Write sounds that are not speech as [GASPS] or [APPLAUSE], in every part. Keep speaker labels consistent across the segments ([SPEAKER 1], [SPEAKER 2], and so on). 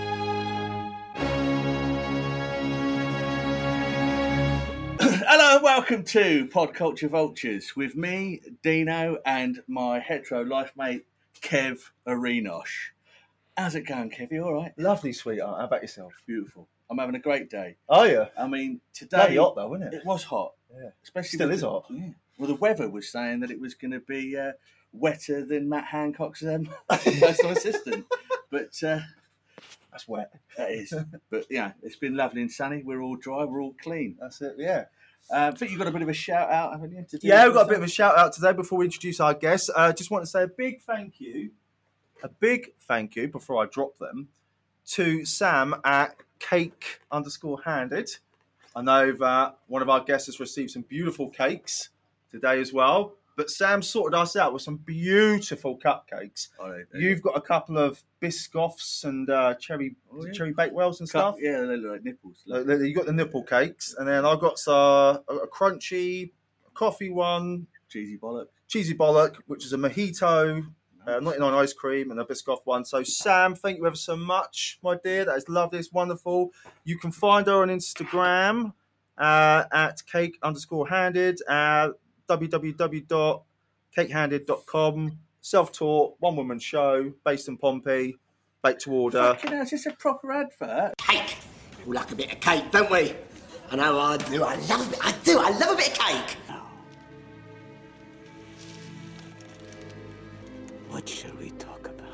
[SPEAKER 1] [CLEARS THROAT] Welcome to Pod Culture Vultures with me, Dino, and my hetero life mate, Kev Arenosh. How's it going, Kev? You all right?
[SPEAKER 2] Lovely, sweetheart. How about yourself?
[SPEAKER 1] Beautiful. I'm having a great day.
[SPEAKER 2] Are you?
[SPEAKER 1] I mean, today
[SPEAKER 2] Bloody hot though, isn't it?
[SPEAKER 1] it was hot,
[SPEAKER 2] Yeah.
[SPEAKER 1] especially
[SPEAKER 2] Still
[SPEAKER 1] with
[SPEAKER 2] is
[SPEAKER 1] the-
[SPEAKER 2] hot.
[SPEAKER 1] Yeah. Well, the weather was saying that it was going to be uh, wetter than Matt Hancock's um, [LAUGHS]
[SPEAKER 2] [LAUGHS]
[SPEAKER 1] personal assistant, but uh,
[SPEAKER 2] That's wet.
[SPEAKER 1] that is. But yeah, it's been lovely and sunny. We're all dry. We're all clean.
[SPEAKER 2] That's it. Yeah.
[SPEAKER 1] Uh, but you got a bit of a shout out, haven't you? To do
[SPEAKER 2] Yeah, we've got a bit of a shout out today before we introduce our guests. uh, just want to say a big thank you, a big thank you before I drop them to Sam at cake underscore handed. I know that one of our guests has received some beautiful cakes today as well, but Sam sorted us out with some beautiful cupcakes.
[SPEAKER 1] Oh, there you
[SPEAKER 2] You've got a couple of biscoffs and uh, cherry
[SPEAKER 1] Oh, yeah.
[SPEAKER 2] cherry bakewells and
[SPEAKER 1] go. Cut-
[SPEAKER 2] stuff.
[SPEAKER 1] Yeah, they look like nipples.
[SPEAKER 2] Like, like, you got the nipple cakes, and then I got uh, a a crunchy coffee one,
[SPEAKER 1] cheesy
[SPEAKER 2] [LAUGHS]
[SPEAKER 1] bollock.
[SPEAKER 2] cheesy bollock, which is a mojito, uh, 99 ice cream, and a biscoff one. So, Sam, thank you ever so much, my dear. That is lovely. It's wonderful. You can find her on Instagram uh, at cake underscore handed, uh, www.cakehanded.com. Self taught, one woman show based in Pompey, baked to order.
[SPEAKER 1] Fucking hell, is this a proper advert?
[SPEAKER 3] cake. We like a bit of cake, don't we? I know I do. I love it. I do. I love a bit of cake. What shall we talk about?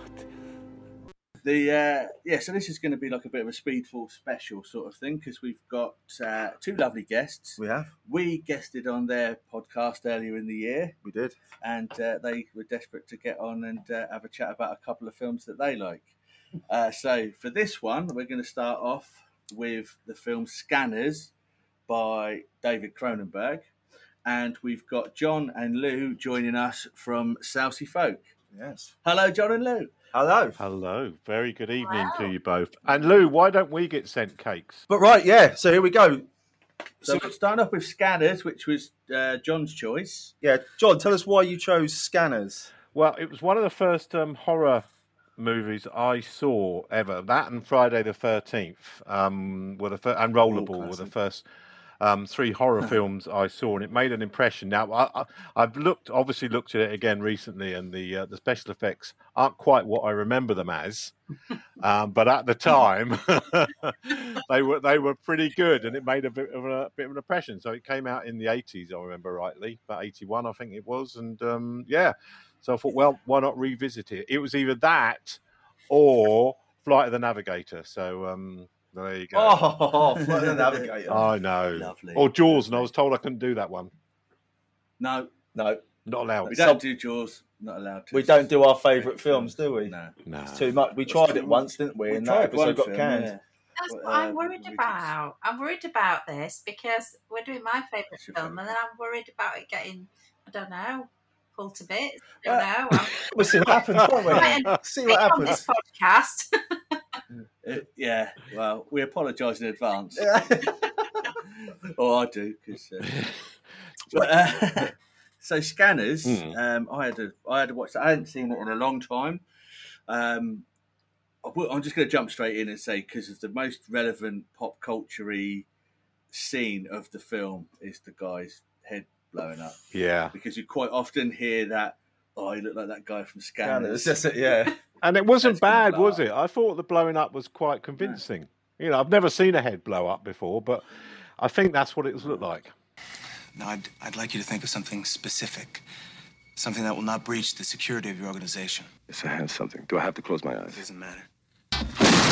[SPEAKER 1] The uh, yeah, so this is going to be like a bit of a Speedfall special sort of thing because we've got uh, two lovely guests.
[SPEAKER 2] We have,
[SPEAKER 1] We guested on their podcast earlier in the year,
[SPEAKER 2] we did.
[SPEAKER 1] and uh, they were desperate to get on and uh, have a chat about a couple of films that they
[SPEAKER 4] [LAUGHS]
[SPEAKER 1] like. Uh, so for this one, we're going to start off with the film Scanners by David Cronenberg, and we've got John and Lou joining us from Southie Folk.
[SPEAKER 2] Yes.
[SPEAKER 1] Hello, John and Lou.
[SPEAKER 2] Hello.
[SPEAKER 4] Hello, very good evening to you both. And Lou, why don't we get sent cakes?
[SPEAKER 2] But right, yeah. So here we go.
[SPEAKER 1] So we're starting off with Scanners, which was uh, John's choice.
[SPEAKER 2] Yeah, John, tell us why you chose Scanners.
[SPEAKER 4] Well, it was one of the first um, horror movies I saw ever. That and Friday the Thirteenth um, were the fir- and Rollerball were the
[SPEAKER 2] classic.
[SPEAKER 4] first um, three horror films I saw, and it made an impression. Now, I, I, I've looked, obviously, looked at it again recently, and the uh, the special effects aren't quite what I remember them as. um, but at the time, [LAUGHS] they were they were pretty good, and it made a bit of a bit of an impression. So it came out in the eighties, I remember rightly, about eighty one, I think it was, and um, yeah. So I thought, well, why not revisit it? It was either that or Flight of the Navigator. So um, there you go.
[SPEAKER 2] Oh, [LAUGHS] Flight of
[SPEAKER 1] [LAUGHS]
[SPEAKER 2] the Navigator.
[SPEAKER 4] I know.
[SPEAKER 1] Lovely.
[SPEAKER 4] Oh, Or Jaws, and I was told I couldn't do that one.
[SPEAKER 1] No,
[SPEAKER 2] no,
[SPEAKER 4] Not
[SPEAKER 1] we
[SPEAKER 4] allowed.
[SPEAKER 1] don't do Jaws. Not allowed to.
[SPEAKER 2] we don't do our favourite films, do we?
[SPEAKER 1] No.
[SPEAKER 4] No.
[SPEAKER 2] It's too much. We tried it once, didn't we? and that episode got canned.
[SPEAKER 5] That's
[SPEAKER 1] Well,
[SPEAKER 5] what I'm
[SPEAKER 1] uh,
[SPEAKER 5] worried
[SPEAKER 1] we did-
[SPEAKER 5] about. I'm worried about this because we're doing my favourite
[SPEAKER 1] What's your
[SPEAKER 5] film, and then I'm worried about it getting, I don't know, pulled to bits. I don't know. I'm
[SPEAKER 2] We'll see what happens, won't
[SPEAKER 5] [LAUGHS] Right,
[SPEAKER 2] we? see what
[SPEAKER 5] big on this
[SPEAKER 2] happens.
[SPEAKER 5] podcast.
[SPEAKER 1] Uh, yeah, well, we apologise in advance.
[SPEAKER 2] Yeah.
[SPEAKER 1] [LAUGHS] or I do, 'cause, Uh, but, uh, [LAUGHS] so Scanners,
[SPEAKER 4] Hmm.
[SPEAKER 1] um, I had to, I had to watch that. I hadn't seen it in a long time. Um, I will- I'm just going to jump straight in and say because of the most relevant pop culture scene of the film is the guy's head blowing up
[SPEAKER 4] Yeah.
[SPEAKER 1] because you quite often hear that. Oh, you look like that guy from Scanners.
[SPEAKER 2] Scanners, that's it, yeah.
[SPEAKER 4] And it wasn't
[SPEAKER 1] That's gonna
[SPEAKER 4] bad,
[SPEAKER 1] blow
[SPEAKER 4] was
[SPEAKER 1] up.
[SPEAKER 4] it? I thought the blowing up was quite convincing. You know, I've never seen a head blow up before, but I think that's what it was looked like.
[SPEAKER 6] Now, I'd, I'd like you to think of something specific, something that will not breach the security of your organization.
[SPEAKER 7] Yes, I have something. Do I have to close my
[SPEAKER 6] It
[SPEAKER 7] eyes?
[SPEAKER 6] doesn't matter.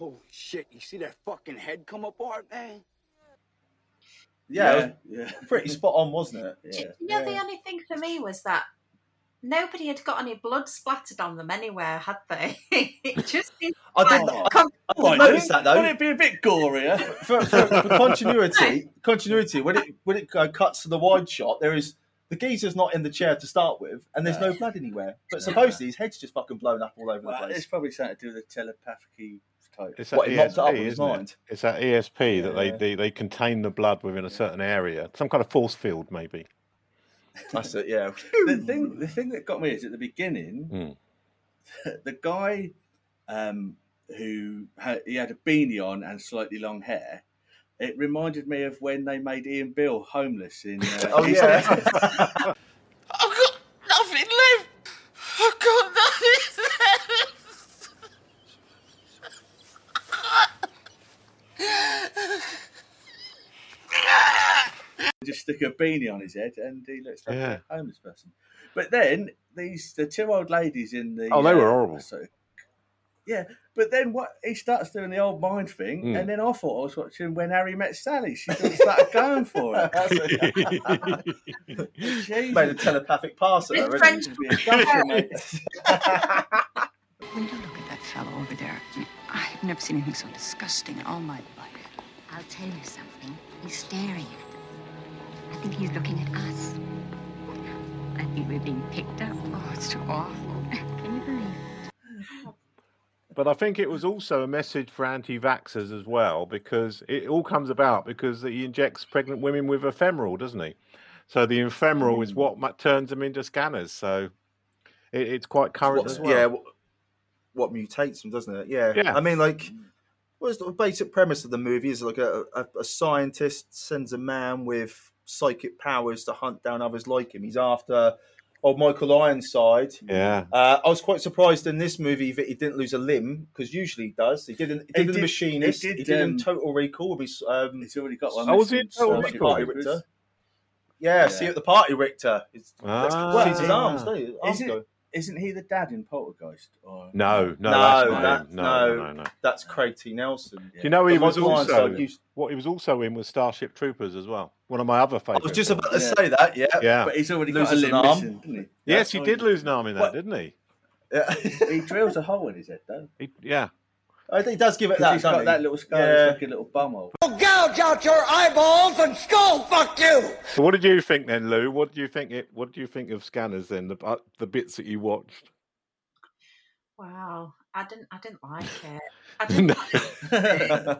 [SPEAKER 3] Oh shit! You see that fucking head come apart, man?
[SPEAKER 2] [LAUGHS] Yeah, it
[SPEAKER 1] yeah,
[SPEAKER 2] was
[SPEAKER 1] [LAUGHS]
[SPEAKER 2] pretty spot on, wasn't it?
[SPEAKER 1] yeah.
[SPEAKER 5] Do
[SPEAKER 1] yeah.
[SPEAKER 5] [LAUGHS] you know, the
[SPEAKER 2] Yeah.
[SPEAKER 5] only thing for me was that nobody had got any blood splattered on them anywhere, had they? [LAUGHS] it just seemed
[SPEAKER 2] I didn't,
[SPEAKER 5] like,
[SPEAKER 2] I
[SPEAKER 5] come-
[SPEAKER 2] didn't
[SPEAKER 1] Right,
[SPEAKER 2] notice that though.
[SPEAKER 1] Wouldn't it be a bit gorier?
[SPEAKER 2] for, for, [LAUGHS] for continuity, continuity. When it when it uh, cuts to the wide shot, there is the geezer's not in the chair to start with, and there's no blood anywhere. But supposedly his head's just fucking blown up all over the
[SPEAKER 1] well,
[SPEAKER 2] place.
[SPEAKER 1] it's probably something to do with the telepathic type.
[SPEAKER 4] It's that
[SPEAKER 2] What, he mopped it up
[SPEAKER 4] ESP,
[SPEAKER 2] with his
[SPEAKER 4] isn't it?
[SPEAKER 2] mind.
[SPEAKER 4] It's that ESP that they,
[SPEAKER 2] Yeah.
[SPEAKER 4] they, they contain the blood within a certain area, some kind of force field, maybe.
[SPEAKER 2] That's it, yeah.
[SPEAKER 1] The thing, [LAUGHS] the thing that got me is at the beginning,
[SPEAKER 4] Mm.
[SPEAKER 1] the guy um, who had, he had a beanie on and slightly long hair. It reminded me of when they made Ian Bill homeless in. Uh,
[SPEAKER 2] Oh yeah.
[SPEAKER 8] [LAUGHS] I've got nothing left. I've got [LAUGHS] nothing left.
[SPEAKER 1] just stick a beanie on his head, and he looks like
[SPEAKER 4] Yeah.
[SPEAKER 1] a homeless person. But then these the two old ladies in the uh,
[SPEAKER 4] Oh, they were horrible.
[SPEAKER 1] so- yeah, but then what he starts doing the old mind thing,
[SPEAKER 4] Mm.
[SPEAKER 1] and then I thought I was watching when Harry met Sally. She just started going for it. [LAUGHS] Jesus.
[SPEAKER 2] Made a telepathic pass at her.
[SPEAKER 5] It's
[SPEAKER 2] isn't
[SPEAKER 5] French.
[SPEAKER 2] it?
[SPEAKER 1] It'd be a gutter, mate.
[SPEAKER 9] Will you look at that fellow over there? I've never seen anything so disgusting in all my life.
[SPEAKER 10] I'll tell you something. He's staring at us. I think he's looking at us. I think we're being picked up.
[SPEAKER 9] Oh, it's too awful.
[SPEAKER 10] [LAUGHS] Can you believe it?
[SPEAKER 4] But I think it was also a message for anti vaxxers as well, because it all comes about because he injects pregnant women with ephemeral, doesn't he? So the ephemeral is
[SPEAKER 2] Hmm.
[SPEAKER 4] what ma- turns them into scanners. So it, it's quite current
[SPEAKER 2] What's-
[SPEAKER 4] as well.
[SPEAKER 2] Yeah, what, what mutates them, doesn't it? Yeah.
[SPEAKER 4] Yeah.
[SPEAKER 2] I mean, like, what's the basic premise of the movie? Is like a, a, a scientist sends a man with psychic powers to hunt down others like him. He's after old Michael Ironside.
[SPEAKER 4] yeah.
[SPEAKER 2] Uh, I was quite surprised in this movie that he didn't lose a limb because usually he does. He didn't. He did, in
[SPEAKER 1] did-
[SPEAKER 2] the machinist.
[SPEAKER 1] he
[SPEAKER 2] He
[SPEAKER 1] did,
[SPEAKER 2] did, in
[SPEAKER 1] um,
[SPEAKER 2] Total Recall. With his, um,
[SPEAKER 1] [LAUGHS] He's already got one.
[SPEAKER 4] Oh, was he
[SPEAKER 1] missing,
[SPEAKER 4] in Total
[SPEAKER 1] so-
[SPEAKER 4] Recall? Party
[SPEAKER 2] Richter. yeah, see you at the party, Richter. It's, that's-
[SPEAKER 4] Ah.
[SPEAKER 2] sees his arms, don't he? His arms
[SPEAKER 1] Is it-
[SPEAKER 2] go.
[SPEAKER 1] Isn't he the dad in Poltergeist? Or
[SPEAKER 4] No, no,
[SPEAKER 2] No,
[SPEAKER 4] that's not him.
[SPEAKER 2] that's-
[SPEAKER 4] no, no,
[SPEAKER 2] no.
[SPEAKER 4] no, no.
[SPEAKER 2] That's Craig T. Nelson.
[SPEAKER 4] Do you know he
[SPEAKER 2] But
[SPEAKER 4] was
[SPEAKER 2] Michael
[SPEAKER 4] also
[SPEAKER 2] Ironside used-
[SPEAKER 4] what he was also in was Starship Troopers as well. One of my other
[SPEAKER 2] I
[SPEAKER 4] favourites.
[SPEAKER 2] was just about to
[SPEAKER 1] Yeah.
[SPEAKER 2] say that. Yeah.
[SPEAKER 4] yeah.
[SPEAKER 1] [LAUGHS] But he's already got
[SPEAKER 2] Loses
[SPEAKER 1] a
[SPEAKER 2] an
[SPEAKER 1] limb
[SPEAKER 2] arm.
[SPEAKER 1] missing, didn't he?
[SPEAKER 4] yes, he
[SPEAKER 1] Oh,
[SPEAKER 4] did lose an arm in that, didn't he?
[SPEAKER 2] yeah.
[SPEAKER 1] He drills a hole in his head though.
[SPEAKER 4] he? Yeah.
[SPEAKER 2] I think he does give it
[SPEAKER 1] 'Cause
[SPEAKER 2] that.
[SPEAKER 1] he's got
[SPEAKER 2] doesn't
[SPEAKER 1] that
[SPEAKER 2] he?
[SPEAKER 1] little scar,
[SPEAKER 2] Yeah.
[SPEAKER 1] it's like a little bumhole.
[SPEAKER 3] Gouge out your eyeballs and skull fuck you!
[SPEAKER 4] So what did you think then, Lou? What do you think? It. What do you think of Scanners then? The uh, the bits that you watched. [LAUGHS]
[SPEAKER 5] Wow, I didn't. I didn't like it. I didn't,
[SPEAKER 4] No.
[SPEAKER 5] and,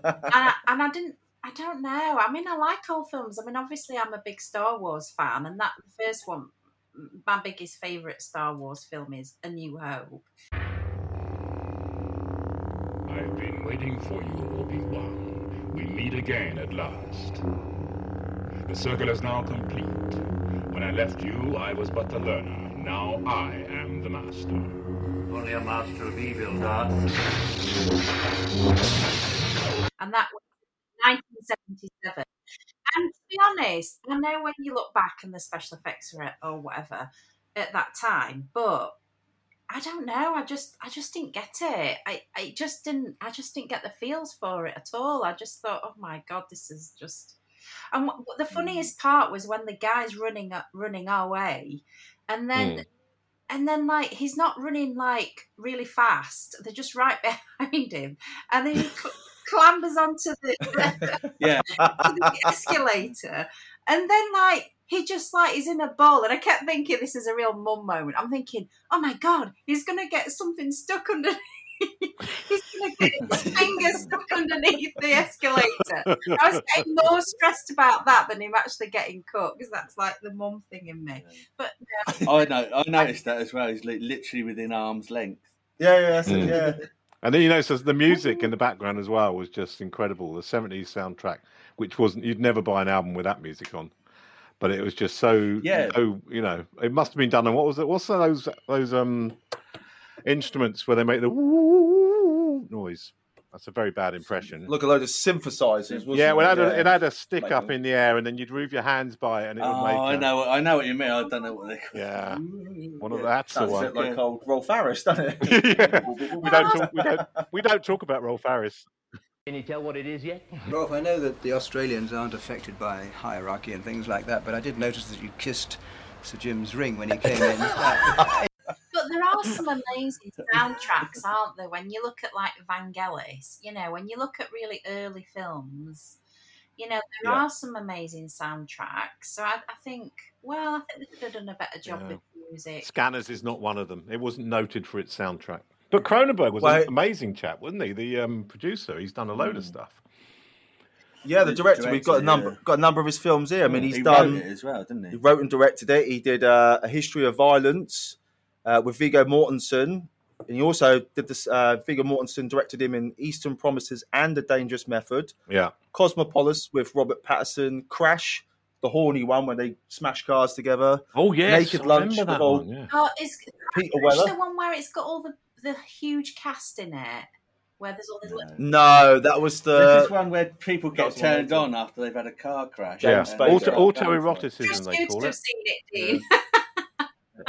[SPEAKER 5] I, and I didn't. I don't know. I mean, I like all films. I mean, obviously, I'm a big Star Wars fan, and that the first one, m- my biggest favorite Star Wars film is A New Hope.
[SPEAKER 8] I've been waiting for you, Obi-Wan. We meet again at last. The circle is now complete. When I left you, I was but the learner. Now I am the master.
[SPEAKER 6] Only a master of evil, Darth.
[SPEAKER 5] and that was 1977. And to be honest, I know when you look back and the special effects were or whatever at that time, but I don't know. I just I just didn't get it. I I just didn't I just didn't get the feels for it at all. I just thought, oh my god, this is just. And what, what the funniest part was when the guy's running up, running our way, and then and then like he's not running like really fast. They're just right [LAUGHS] behind him, and then he cl- clambers onto the,
[SPEAKER 1] Yeah.
[SPEAKER 2] [LAUGHS]
[SPEAKER 5] to the escalator, and then like he just like is in a ball. And I kept thinking this is a real mum moment. I'm thinking, oh my god, he's gonna get something stuck under. he's gonna get his finger stuck underneath the escalator. I was getting more stressed about that than him actually getting caught because that's like the mum thing in me. But
[SPEAKER 1] [LAUGHS] I know. I noticed that as well. He's li- literally within arm's [LAUGHS] length.
[SPEAKER 2] Yeah, yeah, that's it,
[SPEAKER 4] Mm.
[SPEAKER 2] yeah.
[SPEAKER 4] And then you know, so the
[SPEAKER 1] [LAUGHS]
[SPEAKER 4] music in the background as well was just incredible. The seventies soundtrack, which wasn't you'd never buy an album with that music on, but it was just so
[SPEAKER 1] Yeah.
[SPEAKER 4] so, you know, it must have been done. on what was it? What's those those um instruments where they make the [LAUGHS] woo noise? That's a very bad impression.
[SPEAKER 2] Look, a load of synthesizers. Wasn't
[SPEAKER 4] yeah, well, it
[SPEAKER 2] it?
[SPEAKER 4] had, A, it had a stick
[SPEAKER 2] Make
[SPEAKER 4] up
[SPEAKER 2] them-
[SPEAKER 4] in the air, and then you'd move your hands by it, and it would
[SPEAKER 1] Oh,
[SPEAKER 4] make.
[SPEAKER 1] I
[SPEAKER 4] a-
[SPEAKER 1] know. I know what you mean. I don't know what they're called.
[SPEAKER 4] Yeah, one of
[SPEAKER 2] Yeah,
[SPEAKER 4] that's the
[SPEAKER 2] Sounds a
[SPEAKER 4] one.
[SPEAKER 2] bit like old Rolf Harris, doesn't it?
[SPEAKER 4] Yeah. We don't talk. We don't. We don't talk about Rolf Harris.
[SPEAKER 3] Can you tell what it is yet?
[SPEAKER 11] Rolf, I know that the Australians aren't affected by hierarchy and things like that, but I did notice that you kissed Sir Jim's ring when he came in.
[SPEAKER 5] But there are some
[SPEAKER 4] [LAUGHS]
[SPEAKER 5] amazing soundtracks, aren't there? When you look at like Vangelis, you know, when you look at really early films, you know, there
[SPEAKER 2] Yeah.
[SPEAKER 5] are some amazing soundtracks. So I, I think, well, I think they could have done a better job
[SPEAKER 4] Yeah.
[SPEAKER 5] with the music.
[SPEAKER 4] Scanners is not one of them. It wasn't noted for its soundtrack. But Cronenberg was
[SPEAKER 2] Well,
[SPEAKER 4] an amazing chap, wasn't he? The um, producer. He's done a load of stuff.
[SPEAKER 2] yeah, the
[SPEAKER 1] The
[SPEAKER 2] director. We've got a
[SPEAKER 1] director,
[SPEAKER 2] number.
[SPEAKER 1] yeah. Hmm.
[SPEAKER 2] Got a number of his films here. I mean, he's
[SPEAKER 1] he
[SPEAKER 2] done.
[SPEAKER 1] wrote it as well, didn't he?
[SPEAKER 2] He wrote and directed it. He did uh, a history of violence uh, with Vigo Mortensen. And he also did this. Uh, Viggo Mortensen directed him in Eastern Promises and The Dangerous Method.
[SPEAKER 4] Yeah.
[SPEAKER 2] Cosmopolis with Robert Patterson. Crash, the horny one when they smash cars together.
[SPEAKER 4] Oh yes,
[SPEAKER 2] Naked
[SPEAKER 4] I
[SPEAKER 2] Lunch
[SPEAKER 4] remember
[SPEAKER 2] with
[SPEAKER 4] that
[SPEAKER 2] old
[SPEAKER 4] one, yeah.
[SPEAKER 5] Oh, is
[SPEAKER 2] Peter
[SPEAKER 5] Crash
[SPEAKER 2] Weller.
[SPEAKER 5] the one where it's got all the, the huge cast in it, where there's all these little
[SPEAKER 2] No, that was
[SPEAKER 1] There's
[SPEAKER 2] the
[SPEAKER 1] this one where people
[SPEAKER 2] that
[SPEAKER 1] get
[SPEAKER 2] was the one
[SPEAKER 1] turned
[SPEAKER 2] they did.
[SPEAKER 1] on after they've had a car crash.
[SPEAKER 4] yeah.
[SPEAKER 2] James Spader.
[SPEAKER 4] Auto,
[SPEAKER 1] Auto
[SPEAKER 4] autoeroticism, they
[SPEAKER 5] you
[SPEAKER 4] call
[SPEAKER 5] to have
[SPEAKER 4] it.
[SPEAKER 5] seen it, Dean. [LAUGHS]
[SPEAKER 1] [LAUGHS]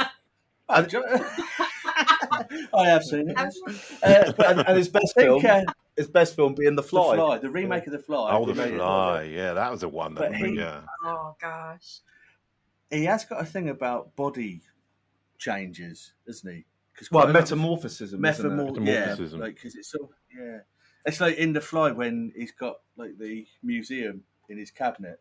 [SPEAKER 1] Oh, Jo- [LAUGHS] I have seen it.
[SPEAKER 5] Oh
[SPEAKER 1] yes.
[SPEAKER 4] [LAUGHS]
[SPEAKER 2] uh, but- [LAUGHS] and, and his [LAUGHS] best
[SPEAKER 1] I think,
[SPEAKER 2] film.
[SPEAKER 1] uh,
[SPEAKER 2] his best film being The
[SPEAKER 1] The
[SPEAKER 2] Fly.
[SPEAKER 1] Fly, the remake of The Fly.
[SPEAKER 4] Oh, the
[SPEAKER 1] Remake of
[SPEAKER 4] fly. Yeah, that was the one. That
[SPEAKER 1] But he-
[SPEAKER 4] yeah.
[SPEAKER 5] oh gosh.
[SPEAKER 1] He has got a thing about body changes, isn't he? Because
[SPEAKER 2] Well, metamorphism.
[SPEAKER 1] metamor- yeah,
[SPEAKER 4] Metamorphism.
[SPEAKER 1] like 'cause it's all yeah. It's like in The Fly when he's got like the museum in his cabinet.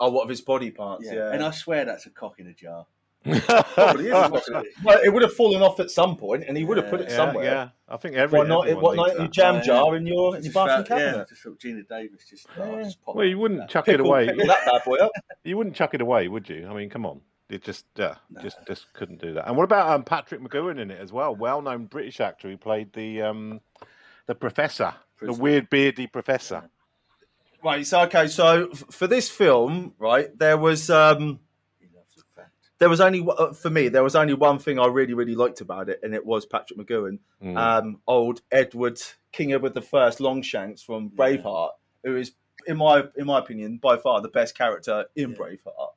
[SPEAKER 2] Oh, what of his body parts? Yeah.
[SPEAKER 1] and I swear that's a cock in a jar.
[SPEAKER 2] [LAUGHS] Probably
[SPEAKER 4] [LAUGHS]
[SPEAKER 2] is a cock in a- well, it would have fallen off at some point, and he would have put it
[SPEAKER 4] Yeah,
[SPEAKER 2] somewhere.
[SPEAKER 4] yeah. I think every,
[SPEAKER 2] Why not? What
[SPEAKER 4] everyone needs
[SPEAKER 2] not in your
[SPEAKER 4] that.
[SPEAKER 2] jam
[SPEAKER 1] Yeah.
[SPEAKER 2] jar in your, in
[SPEAKER 1] Just
[SPEAKER 2] your bathroom
[SPEAKER 1] felt- Yeah,
[SPEAKER 2] cabinet?
[SPEAKER 1] just thought Gina Davis just, oh,
[SPEAKER 2] Yeah.
[SPEAKER 1] just pop
[SPEAKER 4] Well,
[SPEAKER 1] it
[SPEAKER 4] you
[SPEAKER 1] like
[SPEAKER 4] wouldn't
[SPEAKER 1] that.
[SPEAKER 4] chuck it
[SPEAKER 2] Pickle,
[SPEAKER 4] away.
[SPEAKER 2] [LAUGHS] pickle that bad boy up.
[SPEAKER 4] You wouldn't chuck it away, would you? I mean, come on. It just yeah, just just couldn't do that. And what about um, Patrick McGowan in it as well? Well-known British actor who played the um, the professor, the
[SPEAKER 1] Prisoner.
[SPEAKER 4] weird beardy professor.
[SPEAKER 2] Right. So okay. So f- for this film, right, there was um,
[SPEAKER 1] He loves a fat.
[SPEAKER 2] there was only uh, for me there was only one thing I really really liked about it, and it was Patrick McGowan,
[SPEAKER 4] Mm.
[SPEAKER 2] um, old Edward King Edward the First Longshanks from Braveheart, who is in my in my opinion by far the best character in
[SPEAKER 1] Yeah.
[SPEAKER 2] Braveheart.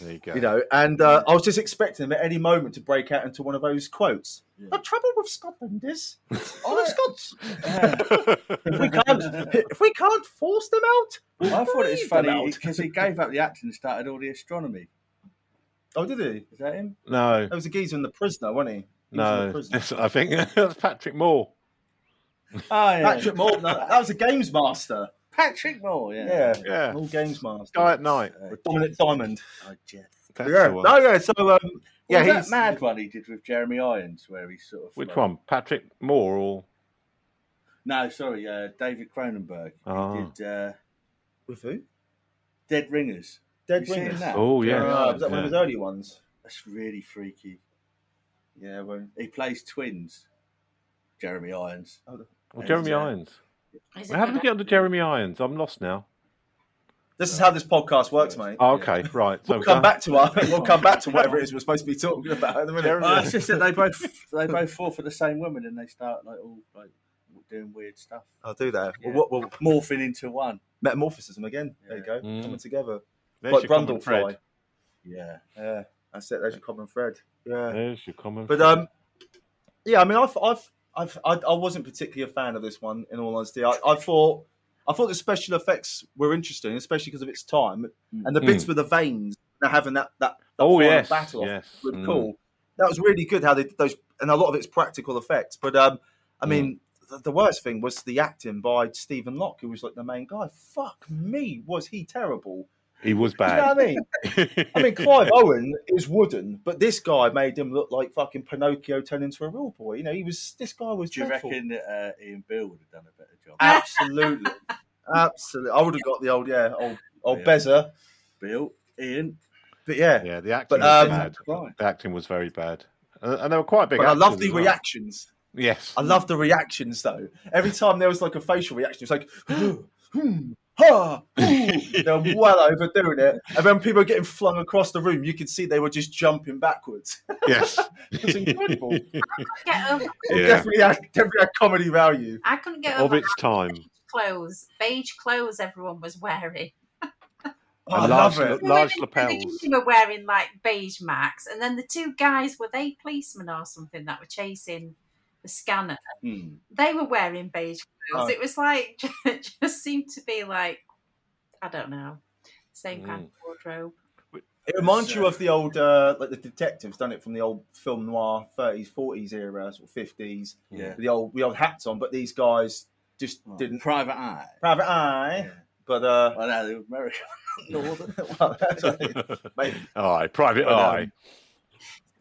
[SPEAKER 4] there you go.
[SPEAKER 2] You know, and uh, I was just expecting him at any moment to break out into one of those quotes.
[SPEAKER 1] Yeah.
[SPEAKER 2] The trouble with Scotland is, all the Scots.
[SPEAKER 1] Yeah.
[SPEAKER 2] If we can't, if we can't force them out, we'll
[SPEAKER 1] I thought it was
[SPEAKER 2] breed them
[SPEAKER 1] funny
[SPEAKER 2] out."
[SPEAKER 1] because he gave up the acting and started all the astronomy.
[SPEAKER 2] Oh, did he?
[SPEAKER 1] Is that
[SPEAKER 2] [LAUGHS]
[SPEAKER 1] him?
[SPEAKER 4] [LAUGHS] no,
[SPEAKER 2] That was a geezer in the prisoner, wasn't he? He was in The
[SPEAKER 4] no. [LAUGHS]
[SPEAKER 2] prisoner.
[SPEAKER 4] I think that's Patrick Moore.
[SPEAKER 1] Oh, yeah.
[SPEAKER 2] Patrick Moore. no, Ah, that was a games master.
[SPEAKER 1] Patrick Moore, yeah.
[SPEAKER 2] Yeah,
[SPEAKER 4] Yeah.
[SPEAKER 2] all games master.
[SPEAKER 4] Guy at night.
[SPEAKER 2] With Dominic Diamond.
[SPEAKER 1] Oh, Jeff.
[SPEAKER 4] That's
[SPEAKER 2] yeah.
[SPEAKER 4] the one.
[SPEAKER 2] Oh, yeah. So, um, yeah,
[SPEAKER 1] Yeah, that
[SPEAKER 2] he's
[SPEAKER 1] mad one he did with Jeremy Irons where he sort of.
[SPEAKER 4] Which
[SPEAKER 1] like-
[SPEAKER 4] one? Patrick Moore or
[SPEAKER 1] No, sorry, uh, David Cronenberg.
[SPEAKER 4] Ah.
[SPEAKER 1] He did uh,
[SPEAKER 2] with who?
[SPEAKER 1] Dead Ringers.
[SPEAKER 2] Dead
[SPEAKER 1] You seen
[SPEAKER 2] Ringers.
[SPEAKER 1] that?
[SPEAKER 4] Oh yeah.
[SPEAKER 2] Ah, was that one of his
[SPEAKER 4] yeah.
[SPEAKER 2] early ones?
[SPEAKER 1] That's really freaky.
[SPEAKER 2] Yeah. Well,
[SPEAKER 1] He plays twins, Jeremy Irons.
[SPEAKER 4] Or Jeremy
[SPEAKER 1] Yeah.
[SPEAKER 4] Irons.
[SPEAKER 5] Is it
[SPEAKER 4] How did we
[SPEAKER 5] good?
[SPEAKER 4] get onto Jeremy Irons? I'm lost now.
[SPEAKER 2] this is how this podcast works, mate.
[SPEAKER 4] Oh, okay, right. So
[SPEAKER 2] We'll come back to our, we'll come back to whatever [LAUGHS] it is we're supposed to be talking about. In a minute.
[SPEAKER 4] Jeremy-
[SPEAKER 1] Well, it's just that they both they both fall for the same woman and they start like all like doing weird stuff,
[SPEAKER 2] [LAUGHS] I'll do that.
[SPEAKER 1] Yeah.
[SPEAKER 2] Well, what, well,
[SPEAKER 1] morphing into one.
[SPEAKER 2] metamorphism again. There you go.
[SPEAKER 4] Mm.
[SPEAKER 2] Coming together.
[SPEAKER 4] There's
[SPEAKER 2] like
[SPEAKER 4] your common
[SPEAKER 2] Brundle
[SPEAKER 4] thread.
[SPEAKER 2] Fly.
[SPEAKER 1] Yeah,
[SPEAKER 2] Yeah, that's it. There's your common thread. Yeah.
[SPEAKER 4] There's your common.
[SPEAKER 2] But
[SPEAKER 4] thread.
[SPEAKER 2] um, yeah. I mean, I've, I've, I've, I, I wasn't particularly a fan of this one. In all honesty, I, I thought, I thought the special effects were interesting, especially because of its time
[SPEAKER 1] Mm.
[SPEAKER 2] and the bits with the veins and having that that, that
[SPEAKER 4] oh
[SPEAKER 2] final
[SPEAKER 4] yes,
[SPEAKER 2] battle.
[SPEAKER 4] yes.
[SPEAKER 2] was
[SPEAKER 4] Mm.
[SPEAKER 2] cool. That was really good how they did those, and a lot of it's practical effects. But um, I
[SPEAKER 4] Mm.
[SPEAKER 2] mean, the, the worst thing was the acting by Stephen Locke, who was like the main guy. Fuck me, was he terrible?
[SPEAKER 4] He was
[SPEAKER 2] Do you know
[SPEAKER 4] bad.
[SPEAKER 2] what I mean? I
[SPEAKER 4] [LAUGHS]
[SPEAKER 1] [LAUGHS]
[SPEAKER 2] mean, Clive Owen is wooden, but this guy made him look like fucking Pinocchio turned into a real boy. You know, he was this guy was
[SPEAKER 1] do you
[SPEAKER 2] dreadful. Ah.
[SPEAKER 1] reckon that uh, Ian Bill would have done a better job?
[SPEAKER 2] [LAUGHS] Absolutely, absolutely. I would have got the old yeah, old old
[SPEAKER 1] Yeah.
[SPEAKER 2] Beza,
[SPEAKER 1] Bill, Ian,
[SPEAKER 2] but yeah.
[SPEAKER 4] yeah, the acting
[SPEAKER 2] But,
[SPEAKER 4] was
[SPEAKER 2] um,
[SPEAKER 4] bad.
[SPEAKER 1] Clive.
[SPEAKER 4] The acting was very bad, and, and they were quite big.
[SPEAKER 2] But I love
[SPEAKER 4] actors
[SPEAKER 2] the
[SPEAKER 4] as well.
[SPEAKER 2] reactions.
[SPEAKER 4] Yes,
[SPEAKER 2] [LAUGHS] I love the reactions though. Every time there was like a facial reaction, it's like, [GASPS] hmm, ha,
[SPEAKER 4] [LAUGHS]
[SPEAKER 2] ooh. they're well overdoing it. And then people are getting flung across the room. You could see they were just jumping backwards. [LAUGHS]
[SPEAKER 4] yes.
[SPEAKER 2] It's incredible.
[SPEAKER 5] Get over,
[SPEAKER 2] It
[SPEAKER 4] yeah.
[SPEAKER 2] definitely, had, definitely had comedy value.
[SPEAKER 5] I couldn't
[SPEAKER 4] [LAUGHS]
[SPEAKER 5] get
[SPEAKER 4] Of
[SPEAKER 5] over
[SPEAKER 4] its time,
[SPEAKER 5] clothes, beige clothes everyone was wearing.
[SPEAKER 2] Oh, I
[SPEAKER 4] And
[SPEAKER 2] love
[SPEAKER 4] large-
[SPEAKER 2] it.
[SPEAKER 5] The
[SPEAKER 4] large
[SPEAKER 5] women in the
[SPEAKER 4] lapels.
[SPEAKER 5] kitchen were wearing like beige max, and then the two guys were they policemen or something that were chasing the scanner.
[SPEAKER 1] Hmm.
[SPEAKER 5] They were wearing beige
[SPEAKER 2] Oh.
[SPEAKER 5] clothes. It was like [LAUGHS] it just seemed to be like I don't know, same
[SPEAKER 4] Mm.
[SPEAKER 5] kind of wardrobe.
[SPEAKER 2] It reminds you of the old, uh, like the detectives done it from the old film noir 30s, 40s era, sort of 50s.
[SPEAKER 1] yeah,
[SPEAKER 2] The old, the old hats on, but these guys just
[SPEAKER 1] Oh,
[SPEAKER 2] didn't.
[SPEAKER 1] Private Eye.
[SPEAKER 2] Private Eye, but uh,
[SPEAKER 1] Well, no, they were American. Northern.
[SPEAKER 2] [LAUGHS] well,
[SPEAKER 1] [LAUGHS]
[SPEAKER 2] that's only- [LAUGHS]
[SPEAKER 4] [LAUGHS]
[SPEAKER 2] mate,
[SPEAKER 4] Eye, private
[SPEAKER 2] But, um,
[SPEAKER 4] eye.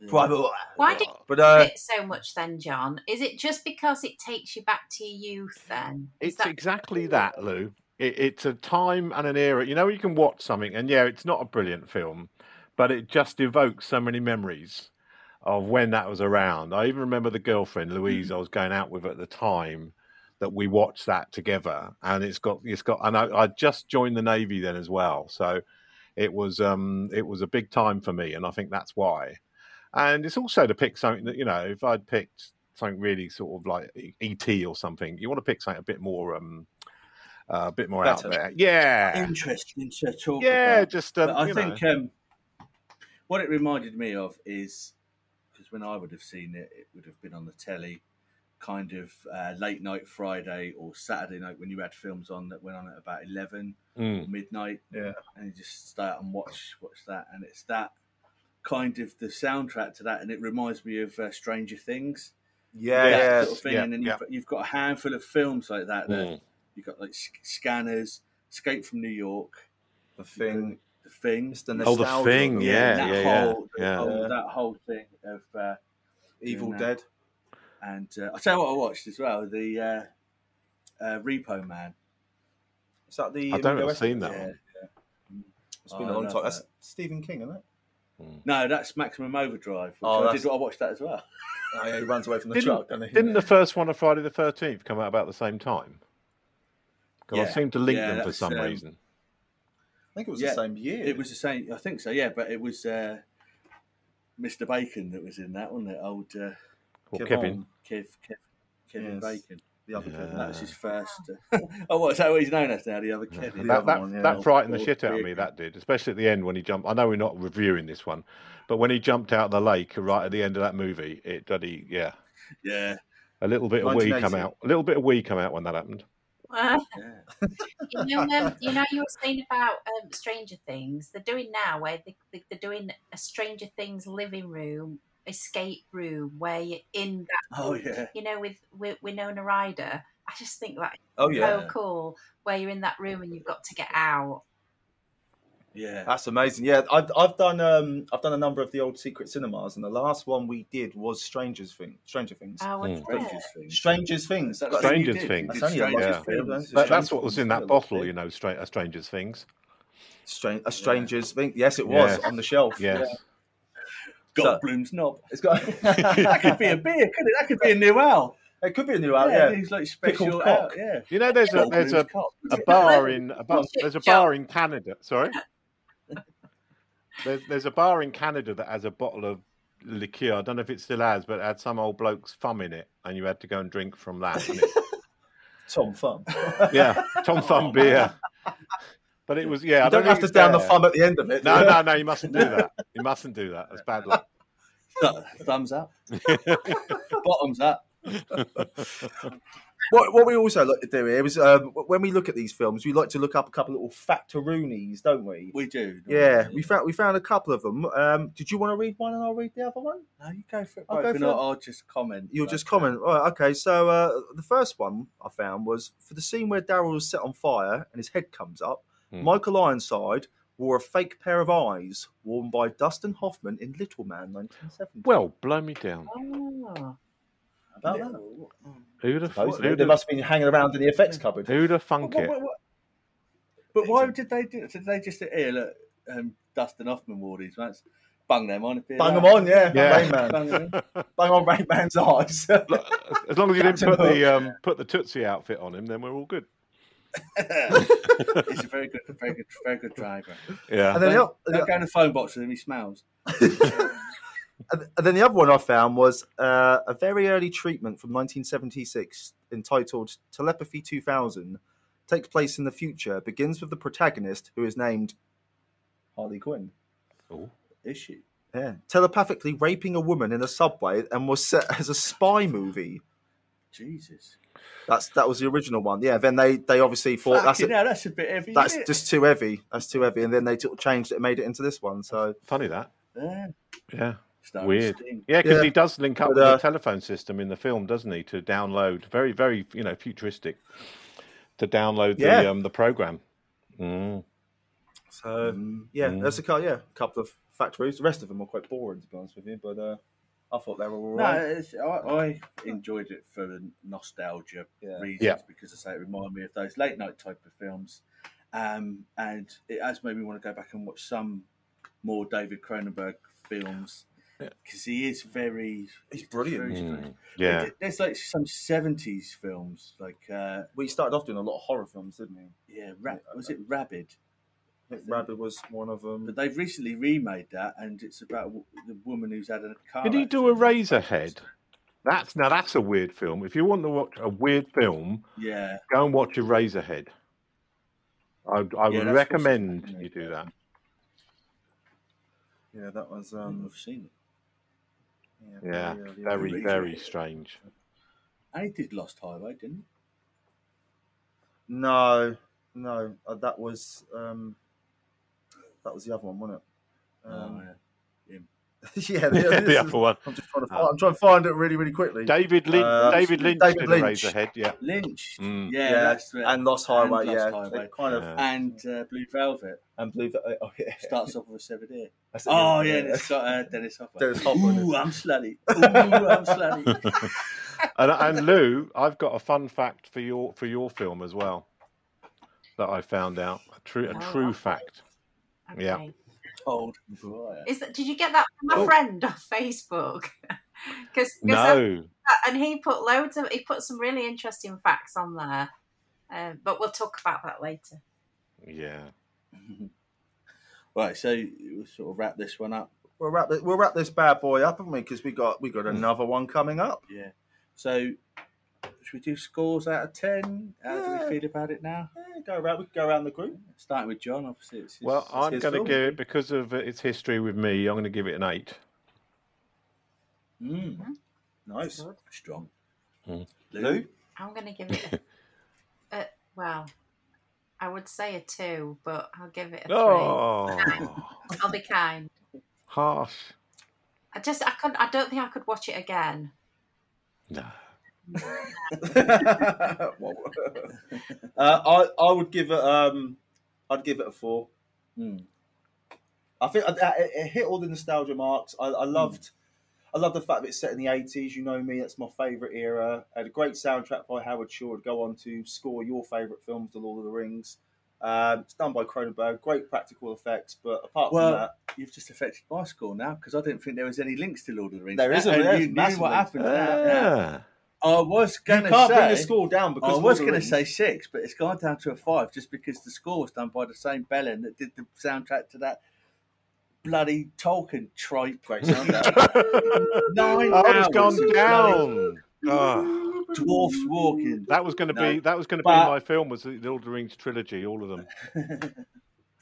[SPEAKER 1] Yeah.
[SPEAKER 2] Private Eye.
[SPEAKER 5] Why did
[SPEAKER 2] But uh,
[SPEAKER 5] you it so much then, John? Is it just because it takes you back to your youth then? Is
[SPEAKER 4] It's exactly that, Lou. It, it's a time and an era. You know, you can watch something, and yeah, it's not a brilliant film, but it just evokes so many memories. of when that was around. I even remember the girlfriend
[SPEAKER 2] Mm.
[SPEAKER 4] Louise I was going out with at the time that we watched that together, and it's got it's got and I, I just joined the navy then as well, so it was um it was a big time for me, and I think that's why. And it's also to pick something that you know if I'd picked something really sort of like ET or something, you want to pick something a bit more um. Uh, a bit more
[SPEAKER 1] Better.
[SPEAKER 4] out there, yeah.
[SPEAKER 1] Interesting to talk
[SPEAKER 4] Yeah,
[SPEAKER 1] about.
[SPEAKER 4] just, um,
[SPEAKER 1] But I
[SPEAKER 4] you
[SPEAKER 1] think
[SPEAKER 4] know.
[SPEAKER 1] um, what it reminded me of is because when I would have seen it, it would have been on the telly, kind of uh, late night Friday or Saturday night when you had films on that went on at about eleven
[SPEAKER 4] Mm.
[SPEAKER 1] or midnight.
[SPEAKER 2] Yeah,
[SPEAKER 1] and you just stay out and watch watch that, and it's that kind of the soundtrack to that, and it reminds me of uh, Stranger Things.
[SPEAKER 2] Yeah,
[SPEAKER 1] That
[SPEAKER 2] yeah,
[SPEAKER 1] sort of thing,
[SPEAKER 2] yeah,
[SPEAKER 1] and then you've, you've got a handful of films like that. that
[SPEAKER 4] Mm.
[SPEAKER 1] You've got like Sc- Scanners, Escape from New York,
[SPEAKER 2] The Thing,
[SPEAKER 1] The Thing,
[SPEAKER 2] the
[SPEAKER 4] Oh, The
[SPEAKER 2] nostalgia of
[SPEAKER 4] Thing,
[SPEAKER 2] it.
[SPEAKER 4] yeah,
[SPEAKER 1] that
[SPEAKER 4] yeah, yeah,
[SPEAKER 1] whole,
[SPEAKER 4] yeah.
[SPEAKER 1] whole- that whole thing of uh,
[SPEAKER 2] Evil
[SPEAKER 1] doing that.
[SPEAKER 2] Dead.
[SPEAKER 1] And uh, I tell you what, I watched as well the uh, uh, Repo Man.
[SPEAKER 2] Is that the?
[SPEAKER 4] I don't think I've seen that
[SPEAKER 1] Yeah.
[SPEAKER 4] one.
[SPEAKER 2] It's been
[SPEAKER 1] Oh, I
[SPEAKER 2] a long
[SPEAKER 1] love
[SPEAKER 2] time. That's
[SPEAKER 1] that.
[SPEAKER 2] Stephen King, isn't it?
[SPEAKER 4] Hmm.
[SPEAKER 1] No, that's Maximum Overdrive. Which
[SPEAKER 2] Oh,
[SPEAKER 1] I
[SPEAKER 2] that's-
[SPEAKER 1] did. I watched that as well.
[SPEAKER 2] Oh, yeah, he runs away from the
[SPEAKER 4] Didn't,
[SPEAKER 2] truck, doesn't he?
[SPEAKER 4] didn't the first one of Friday the Thirteenth come out about the same time? Because I
[SPEAKER 1] Yeah.
[SPEAKER 4] seem to link
[SPEAKER 1] Yeah,
[SPEAKER 4] them for
[SPEAKER 1] that's,
[SPEAKER 4] some
[SPEAKER 1] um,
[SPEAKER 4] reason.
[SPEAKER 2] I think it was
[SPEAKER 1] Yeah,
[SPEAKER 2] the same year.
[SPEAKER 1] It was the same. I think so. Yeah, but it was uh, Mr. Bacon that was in that, wasn't it? Old uh,
[SPEAKER 4] Well,
[SPEAKER 2] Kev
[SPEAKER 4] Kevin.
[SPEAKER 2] on.
[SPEAKER 1] Kev, Kev, Kevin
[SPEAKER 2] Yes.
[SPEAKER 1] Bacon.
[SPEAKER 2] the other
[SPEAKER 4] Yeah.
[SPEAKER 2] Kevin.
[SPEAKER 1] That was his first. Uh, [LAUGHS] oh, what is that? What he's known as now? The other Kevin.
[SPEAKER 2] The
[SPEAKER 4] That,
[SPEAKER 2] other
[SPEAKER 4] that,
[SPEAKER 2] one, yeah.
[SPEAKER 4] that frightened the
[SPEAKER 1] Or-
[SPEAKER 4] shit out of
[SPEAKER 1] or-
[SPEAKER 4] me, that did, especially at the end when he jumped. I know we're not reviewing this one, but when he jumped out of the lake right at the end of that movie, it bloody, yeah,
[SPEAKER 1] Yeah.
[SPEAKER 4] a little bit of wee come
[SPEAKER 2] 1980.
[SPEAKER 4] out. A little bit of wee come out when that happened.
[SPEAKER 5] Uh,
[SPEAKER 1] yeah.
[SPEAKER 5] you know, um, you know, you were saying about um, Stranger Things. They're doing now where they, they- they're doing a Stranger Things living room, escape room, where you're in that.
[SPEAKER 1] Oh, yeah.
[SPEAKER 5] You know, with, with Winona Ryder. I just think that
[SPEAKER 2] Oh
[SPEAKER 5] is
[SPEAKER 2] yeah,
[SPEAKER 5] so cool. Where you're in that room and you've got to get out.
[SPEAKER 1] Yeah.
[SPEAKER 2] that's amazing. Yeah, I've, I've done um I've done a number of the old secret cinemas, and the last one we did was Strangers thing. Stranger Things.
[SPEAKER 5] Oh,
[SPEAKER 4] Mm.
[SPEAKER 5] what's that?
[SPEAKER 1] Strangest thing.
[SPEAKER 2] Strangers Things.
[SPEAKER 1] That's
[SPEAKER 2] Got-
[SPEAKER 1] what you
[SPEAKER 4] Strangers
[SPEAKER 1] did. You
[SPEAKER 4] Thing.
[SPEAKER 1] did
[SPEAKER 2] That's only a
[SPEAKER 1] Strangers
[SPEAKER 2] yeah.
[SPEAKER 1] Thing.
[SPEAKER 2] That's
[SPEAKER 4] But
[SPEAKER 2] Stranger
[SPEAKER 4] that's what was
[SPEAKER 2] Things,
[SPEAKER 4] in
[SPEAKER 2] yeah,
[SPEAKER 4] that bottle,
[SPEAKER 2] that's it.
[SPEAKER 4] you know, stra- uh, Stranger's Things.
[SPEAKER 2] Stra- a Strangers Thing. Yes, it was
[SPEAKER 4] Yeah.
[SPEAKER 2] on the shelf.
[SPEAKER 4] Yes.
[SPEAKER 1] Goblin's knob.
[SPEAKER 2] It's
[SPEAKER 4] [LAUGHS]
[SPEAKER 2] got.
[SPEAKER 1] that could be a beer, could it? That could be a new owl.
[SPEAKER 2] [LAUGHS] It could be a new album.
[SPEAKER 1] yeah,
[SPEAKER 2] Yeah,
[SPEAKER 1] these like special
[SPEAKER 2] Pickled
[SPEAKER 1] out.
[SPEAKER 2] cock.
[SPEAKER 1] Yeah.
[SPEAKER 4] You know, there's a
[SPEAKER 1] Goblin's
[SPEAKER 4] there's a,
[SPEAKER 1] cock.
[SPEAKER 4] a bar in a bar, there's a bar in Canada.
[SPEAKER 2] [LAUGHS]
[SPEAKER 4] Sorry, there's there's a bar in Canada that has a bottle of liqueur. I don't know if it still has, but it had some old bloke's thumb in it, and you had to go and drink from that. and
[SPEAKER 2] [LAUGHS]
[SPEAKER 4] it-
[SPEAKER 2] Tom Thumb.
[SPEAKER 4] yeah, Tom
[SPEAKER 2] Oh.
[SPEAKER 4] Thumb beer. But it was yeah. I
[SPEAKER 2] you don't
[SPEAKER 4] think
[SPEAKER 2] have to
[SPEAKER 4] it's
[SPEAKER 2] down the
[SPEAKER 4] there.
[SPEAKER 2] thumb at the end of it.
[SPEAKER 4] No, no, no. You mustn't do that. You mustn't do that. That's bad luck.
[SPEAKER 1] [LAUGHS] Th- Thumbs up. Bottoms up.
[SPEAKER 2] [LAUGHS] What, what we also like to do here is um, when we look at these films, we like to look up a couple of little factoroonies, don't we?
[SPEAKER 1] We do. don't
[SPEAKER 2] Yeah,
[SPEAKER 1] we?
[SPEAKER 2] we found we found a couple of them. Um, did you want to read one and I'll read the other one?
[SPEAKER 1] No, you go for it.
[SPEAKER 2] I'll
[SPEAKER 1] Right,
[SPEAKER 2] go
[SPEAKER 1] if
[SPEAKER 2] for
[SPEAKER 1] not,
[SPEAKER 2] it.
[SPEAKER 1] I'll just comment.
[SPEAKER 2] You'll
[SPEAKER 1] Like,
[SPEAKER 2] just
[SPEAKER 1] uh,
[SPEAKER 2] comment. All right, okay. So uh, the first one I found was for the scene where Daryl is set on fire and his head comes up.
[SPEAKER 4] Hmm.
[SPEAKER 2] Michael Ironside wore a fake pair of eyes worn by Dustin Hoffman in Little Man, 1970.
[SPEAKER 4] Well, blow me down.
[SPEAKER 5] Oh,
[SPEAKER 2] about
[SPEAKER 1] yeah,
[SPEAKER 2] that.
[SPEAKER 1] well, mm.
[SPEAKER 4] Who'd have
[SPEAKER 2] Those-
[SPEAKER 4] who'd
[SPEAKER 2] they
[SPEAKER 4] have,
[SPEAKER 2] must have been hanging around in the effects cupboard.
[SPEAKER 4] who'd have thunk
[SPEAKER 1] What-
[SPEAKER 4] it?
[SPEAKER 1] what- what- But why did they do? Did they just here look? Um, Dustin Hoffman wore these once. Bung them on.
[SPEAKER 2] Bang them on, yeah.
[SPEAKER 4] Yeah.
[SPEAKER 2] Rain Man.
[SPEAKER 1] Bung them in.
[SPEAKER 2] Bang on Rain Man's eyes.
[SPEAKER 4] As long as you didn't
[SPEAKER 2] Captain
[SPEAKER 4] put the um, put the Tootsie outfit on him, then we're all good.
[SPEAKER 1] He's a very good, very good, very good driver.
[SPEAKER 4] Yeah.
[SPEAKER 2] And then, the,
[SPEAKER 1] Don't,
[SPEAKER 2] o- [LAUGHS]
[SPEAKER 1] don't go in the phone box with him. He smells.
[SPEAKER 2] and then the other one I found was uh, a very early treatment from 1976 entitled Telepathy 2000. Takes place in the future, begins with the protagonist who is named Harley Quinn.
[SPEAKER 1] Is she?
[SPEAKER 2] Yeah. Telepathically raping a woman in a subway and was set as a spy movie.
[SPEAKER 1] Jesus.
[SPEAKER 2] That's That was the original one. Yeah, then they, they obviously thought that's
[SPEAKER 1] Fucking
[SPEAKER 2] it.
[SPEAKER 1] hell, that's a bit heavy.
[SPEAKER 2] That's
[SPEAKER 1] isn't it?
[SPEAKER 2] just too heavy. That's too heavy. And then they sort of changed it and made it into this one. So
[SPEAKER 4] Funny that.
[SPEAKER 1] Yeah.
[SPEAKER 4] Yeah.
[SPEAKER 1] Starring
[SPEAKER 4] Weird.
[SPEAKER 1] Sting.
[SPEAKER 4] Yeah, because
[SPEAKER 2] Yeah.
[SPEAKER 4] he does link up
[SPEAKER 2] But,
[SPEAKER 4] with
[SPEAKER 2] uh,
[SPEAKER 4] the telephone system in the film, doesn't he? To download very, very you know futuristic. To download the
[SPEAKER 2] Yeah.
[SPEAKER 4] um, the program. Mm.
[SPEAKER 2] So yeah,
[SPEAKER 4] Mm.
[SPEAKER 2] that's a cou- yeah, a couple of factories. The rest of them are quite boring to be honest with you, but uh, I thought they were all
[SPEAKER 1] No,
[SPEAKER 2] right.
[SPEAKER 1] it's, I, I enjoyed it for the nostalgia
[SPEAKER 2] Yeah.
[SPEAKER 1] reasons
[SPEAKER 4] Yeah.
[SPEAKER 1] because I say it reminded me of those late night type of films, um, and it has made me want to go back and watch some more David Cronenberg films. because he is very.
[SPEAKER 2] He's brilliant.
[SPEAKER 4] Mm, yeah.
[SPEAKER 1] There's like some seventies films, like uh,
[SPEAKER 2] we started off doing a lot of horror films, didn't we?
[SPEAKER 1] Yeah, Ra- was it Rabid?
[SPEAKER 2] I think Rabbit was one of them.
[SPEAKER 1] But they've recently remade that, and it's about w- the woman who's had a car.
[SPEAKER 4] Did he do a Razorhead? That's now that's a weird film. If you want to watch a weird film,
[SPEAKER 1] Yeah,
[SPEAKER 4] go and watch a Razorhead. I, I
[SPEAKER 1] Yeah,
[SPEAKER 4] would
[SPEAKER 1] that's
[SPEAKER 4] recommend you do that.
[SPEAKER 2] Yeah, that was. Um,
[SPEAKER 1] I've seen it.
[SPEAKER 4] Yeah, very very strange.
[SPEAKER 1] And he did Lost Highway, didn't he? Mm.
[SPEAKER 2] No, no, uh, that was um, that was the other one, wasn't it? Um, [LAUGHS]
[SPEAKER 1] oh, yeah. Him.
[SPEAKER 2] yeah,
[SPEAKER 4] [LAUGHS] Yeah,
[SPEAKER 2] this
[SPEAKER 4] the other one.
[SPEAKER 2] I'm just trying to
[SPEAKER 1] Ah.
[SPEAKER 4] Uh,
[SPEAKER 2] find. I'm trying to find it really, really quickly.
[SPEAKER 4] David Lynch.
[SPEAKER 2] Uh,
[SPEAKER 4] David Lynch
[SPEAKER 2] David
[SPEAKER 4] did
[SPEAKER 2] Lynch.
[SPEAKER 4] a Razorhead. Yeah.
[SPEAKER 1] Lynch.
[SPEAKER 4] Mm.
[SPEAKER 1] Yeah,
[SPEAKER 2] Yeah,
[SPEAKER 1] that's right.
[SPEAKER 2] and Lost Highway,
[SPEAKER 1] Lost
[SPEAKER 2] yeah,
[SPEAKER 1] Highway.
[SPEAKER 2] they kind of-
[SPEAKER 4] Yeah.
[SPEAKER 1] and uh, Blue Velvet
[SPEAKER 2] And believe that. Oh yeah. [LAUGHS]
[SPEAKER 1] starts off with a severed ear.
[SPEAKER 2] That's it,
[SPEAKER 1] Oh
[SPEAKER 2] [LAUGHS] yeah.
[SPEAKER 1] yeah, and it's got uh, Dennis Hopper.
[SPEAKER 2] Dennis Hopper, isn't
[SPEAKER 1] Ooh,
[SPEAKER 2] it?
[SPEAKER 1] I'm slutty. Ooh, I'm
[SPEAKER 2] [LAUGHS]
[SPEAKER 1] slutty. [LAUGHS]
[SPEAKER 4] and, and Lou, I've got a fun fact for your for your film as well that I found out a true a
[SPEAKER 5] Oh,
[SPEAKER 4] true
[SPEAKER 5] okay.
[SPEAKER 4] fact. Yeah.
[SPEAKER 5] Okay.
[SPEAKER 1] Old.
[SPEAKER 5] Is that? Did you get that from my
[SPEAKER 4] Oh.
[SPEAKER 5] friend on Facebook? [LAUGHS] Because
[SPEAKER 4] No,
[SPEAKER 5] and he put loads of he put some really interesting facts on there. Um, but we'll talk about that later.
[SPEAKER 4] yeah,
[SPEAKER 1] [LAUGHS] Right, so we'll sort of wrap this one up.
[SPEAKER 2] We'll wrap this, we'll wrap this bad boy up, haven't we? Because we got we got another one coming up.
[SPEAKER 1] Yeah. So should we do scores out of ten? How do
[SPEAKER 2] Yeah.
[SPEAKER 1] we feel about it now?
[SPEAKER 2] Yeah, go around. We can go around the group.
[SPEAKER 1] Starting with John, obviously. It's his-
[SPEAKER 4] Well,
[SPEAKER 1] it's
[SPEAKER 4] I'm
[SPEAKER 1] his
[SPEAKER 4] going to
[SPEAKER 1] film.
[SPEAKER 4] give it because of its history with me. I'm going to give it an eight.
[SPEAKER 2] Mm-hmm.
[SPEAKER 1] Mm,
[SPEAKER 2] Nice.
[SPEAKER 1] strong.
[SPEAKER 4] Mm.
[SPEAKER 2] Lou.
[SPEAKER 5] I'm going to give it. A, a, well, I would say a two, but I'll give it a three.
[SPEAKER 4] Oh,
[SPEAKER 5] I'll be kind.
[SPEAKER 4] harsh.
[SPEAKER 5] I just I couldn't. I don't think I could watch it again.
[SPEAKER 4] No.
[SPEAKER 1] [LAUGHS]
[SPEAKER 2] Well, [LAUGHS] uh, I I would give it um I'd give it a four.
[SPEAKER 1] Mm.
[SPEAKER 2] I think I- I- it hit all the nostalgia marks. I, I loved, I loved the fact that it's set in the eighties. You know me, that's my favourite era. Had a great soundtrack by Howard Shore. To go on to score your favourite films, The Lord of the Rings. Um, it's done by Cronenberg. Great practical effects, but apart
[SPEAKER 1] Well,
[SPEAKER 2] from that,
[SPEAKER 1] You've just affected my score now because I didn't think there was any links to Lord of the Rings.
[SPEAKER 2] There isn't,
[SPEAKER 1] And
[SPEAKER 2] there's
[SPEAKER 1] You knew
[SPEAKER 2] massive
[SPEAKER 1] what
[SPEAKER 2] links.
[SPEAKER 1] happened. now, yeah.
[SPEAKER 4] [LAUGHS] Ah.
[SPEAKER 1] I was going
[SPEAKER 2] you
[SPEAKER 1] to
[SPEAKER 2] can't bring the
[SPEAKER 1] say.
[SPEAKER 2] score down because
[SPEAKER 1] I
[SPEAKER 2] of
[SPEAKER 1] was
[SPEAKER 2] Lord of
[SPEAKER 1] going
[SPEAKER 2] the
[SPEAKER 1] to say
[SPEAKER 2] Rings.
[SPEAKER 1] six, but it's gone down to a five just because the score was done by the same Bellin that did the soundtrack to that bloody Tolkien tripe. Great soundtrack. Nine
[SPEAKER 4] Oh, it's
[SPEAKER 1] hours
[SPEAKER 4] gone
[SPEAKER 1] of
[SPEAKER 4] down. Ah,
[SPEAKER 1] bloody Dwarfs walking.
[SPEAKER 4] that was going to
[SPEAKER 1] No.
[SPEAKER 4] be that was going to be
[SPEAKER 1] But-
[SPEAKER 4] my film was the Lord of the Rings trilogy, all of them.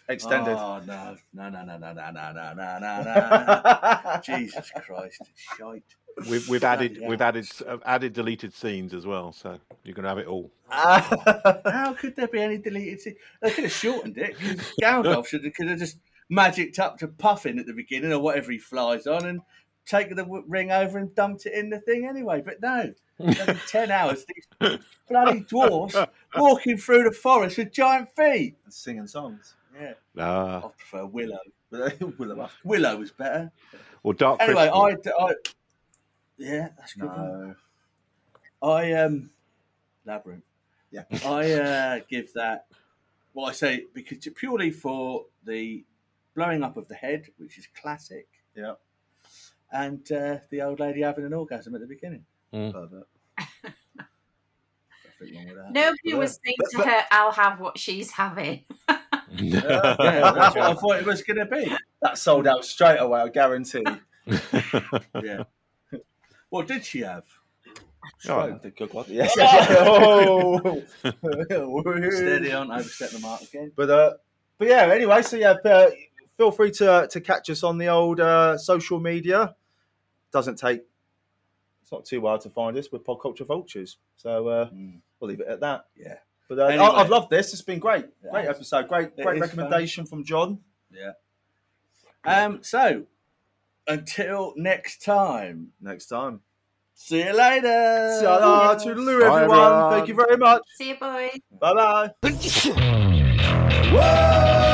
[SPEAKER 2] extended.
[SPEAKER 1] Oh no! [LAUGHS] No! No! No! No! No! No! No! No! No! no. [LAUGHS] Jesus Christ! It's shite.
[SPEAKER 4] We've we've added
[SPEAKER 1] Bloody
[SPEAKER 4] we've
[SPEAKER 1] hell.
[SPEAKER 4] added s- uh, added deleted scenes as well, so you're going to have it all.
[SPEAKER 2] [LAUGHS]
[SPEAKER 1] [LAUGHS] How could there be any deleted? Scene? They could have shortened it. 'cause Gandalf should have, could have just magicked up to Puffin at the beginning or whatever he flies on and taken the w- ring over and dumped it in the thing anyway. But no,
[SPEAKER 4] [LAUGHS]
[SPEAKER 1] Bloody ten hours. These bloody dwarfs walking through the forest with giant feet.
[SPEAKER 2] singing songs.
[SPEAKER 1] Yeah, I
[SPEAKER 4] Ah,
[SPEAKER 1] prefer
[SPEAKER 4] [LAUGHS]
[SPEAKER 1] Willow.
[SPEAKER 2] Will it
[SPEAKER 1] Willow was better.
[SPEAKER 4] well, Dark
[SPEAKER 1] Anyway,
[SPEAKER 4] Crystal.
[SPEAKER 1] [LAUGHS] I, I yeah, that's a good. one.
[SPEAKER 2] No.
[SPEAKER 1] I um labyrinth.
[SPEAKER 2] Yeah.
[SPEAKER 1] I uh, give that. Well, I say because purely for the blowing up of the head, which is classic,
[SPEAKER 2] Yeah.
[SPEAKER 1] and uh, the old lady having an orgasm at the beginning.
[SPEAKER 2] Pervert.
[SPEAKER 1] Nothing wrong with that.
[SPEAKER 2] [LAUGHS]
[SPEAKER 5] Nobody was saying to her, "I'll have what she's having." [LAUGHS]
[SPEAKER 4] [LAUGHS]
[SPEAKER 1] yeah, that's what I thought it was going to be.
[SPEAKER 2] That sold out straight away.
[SPEAKER 1] [LAUGHS]
[SPEAKER 2] I guarantee. [LAUGHS]
[SPEAKER 1] Yeah. What did she have?
[SPEAKER 4] Oh,
[SPEAKER 2] [LAUGHS] yes.
[SPEAKER 1] [LAUGHS]
[SPEAKER 2] oh.
[SPEAKER 1] Steady on, overstep the mark again.
[SPEAKER 2] But uh, but yeah. Anyway, so yeah, uh, feel free to uh, to catch us on the old uh, social media. Doesn't take. It's not too hard to find us. We're Pop Culture Vultures. So uh,
[SPEAKER 1] Mm,
[SPEAKER 2] we'll leave it at that.
[SPEAKER 1] yeah.
[SPEAKER 2] But uh,
[SPEAKER 1] Anyway.
[SPEAKER 2] I, have loved this. It's been great.
[SPEAKER 1] Yeah.
[SPEAKER 2] Great episode. Great
[SPEAKER 1] It
[SPEAKER 2] great
[SPEAKER 1] is
[SPEAKER 2] recommendation from John.
[SPEAKER 1] Um. So, until next time.
[SPEAKER 2] Next time.
[SPEAKER 1] See you later.
[SPEAKER 2] Ta-da, Toodaloo,
[SPEAKER 4] Bye,
[SPEAKER 2] everyone.
[SPEAKER 4] everyone.
[SPEAKER 2] Thank you very much.
[SPEAKER 5] See you, boys.
[SPEAKER 2] Bye bye.
[SPEAKER 3] Whoa!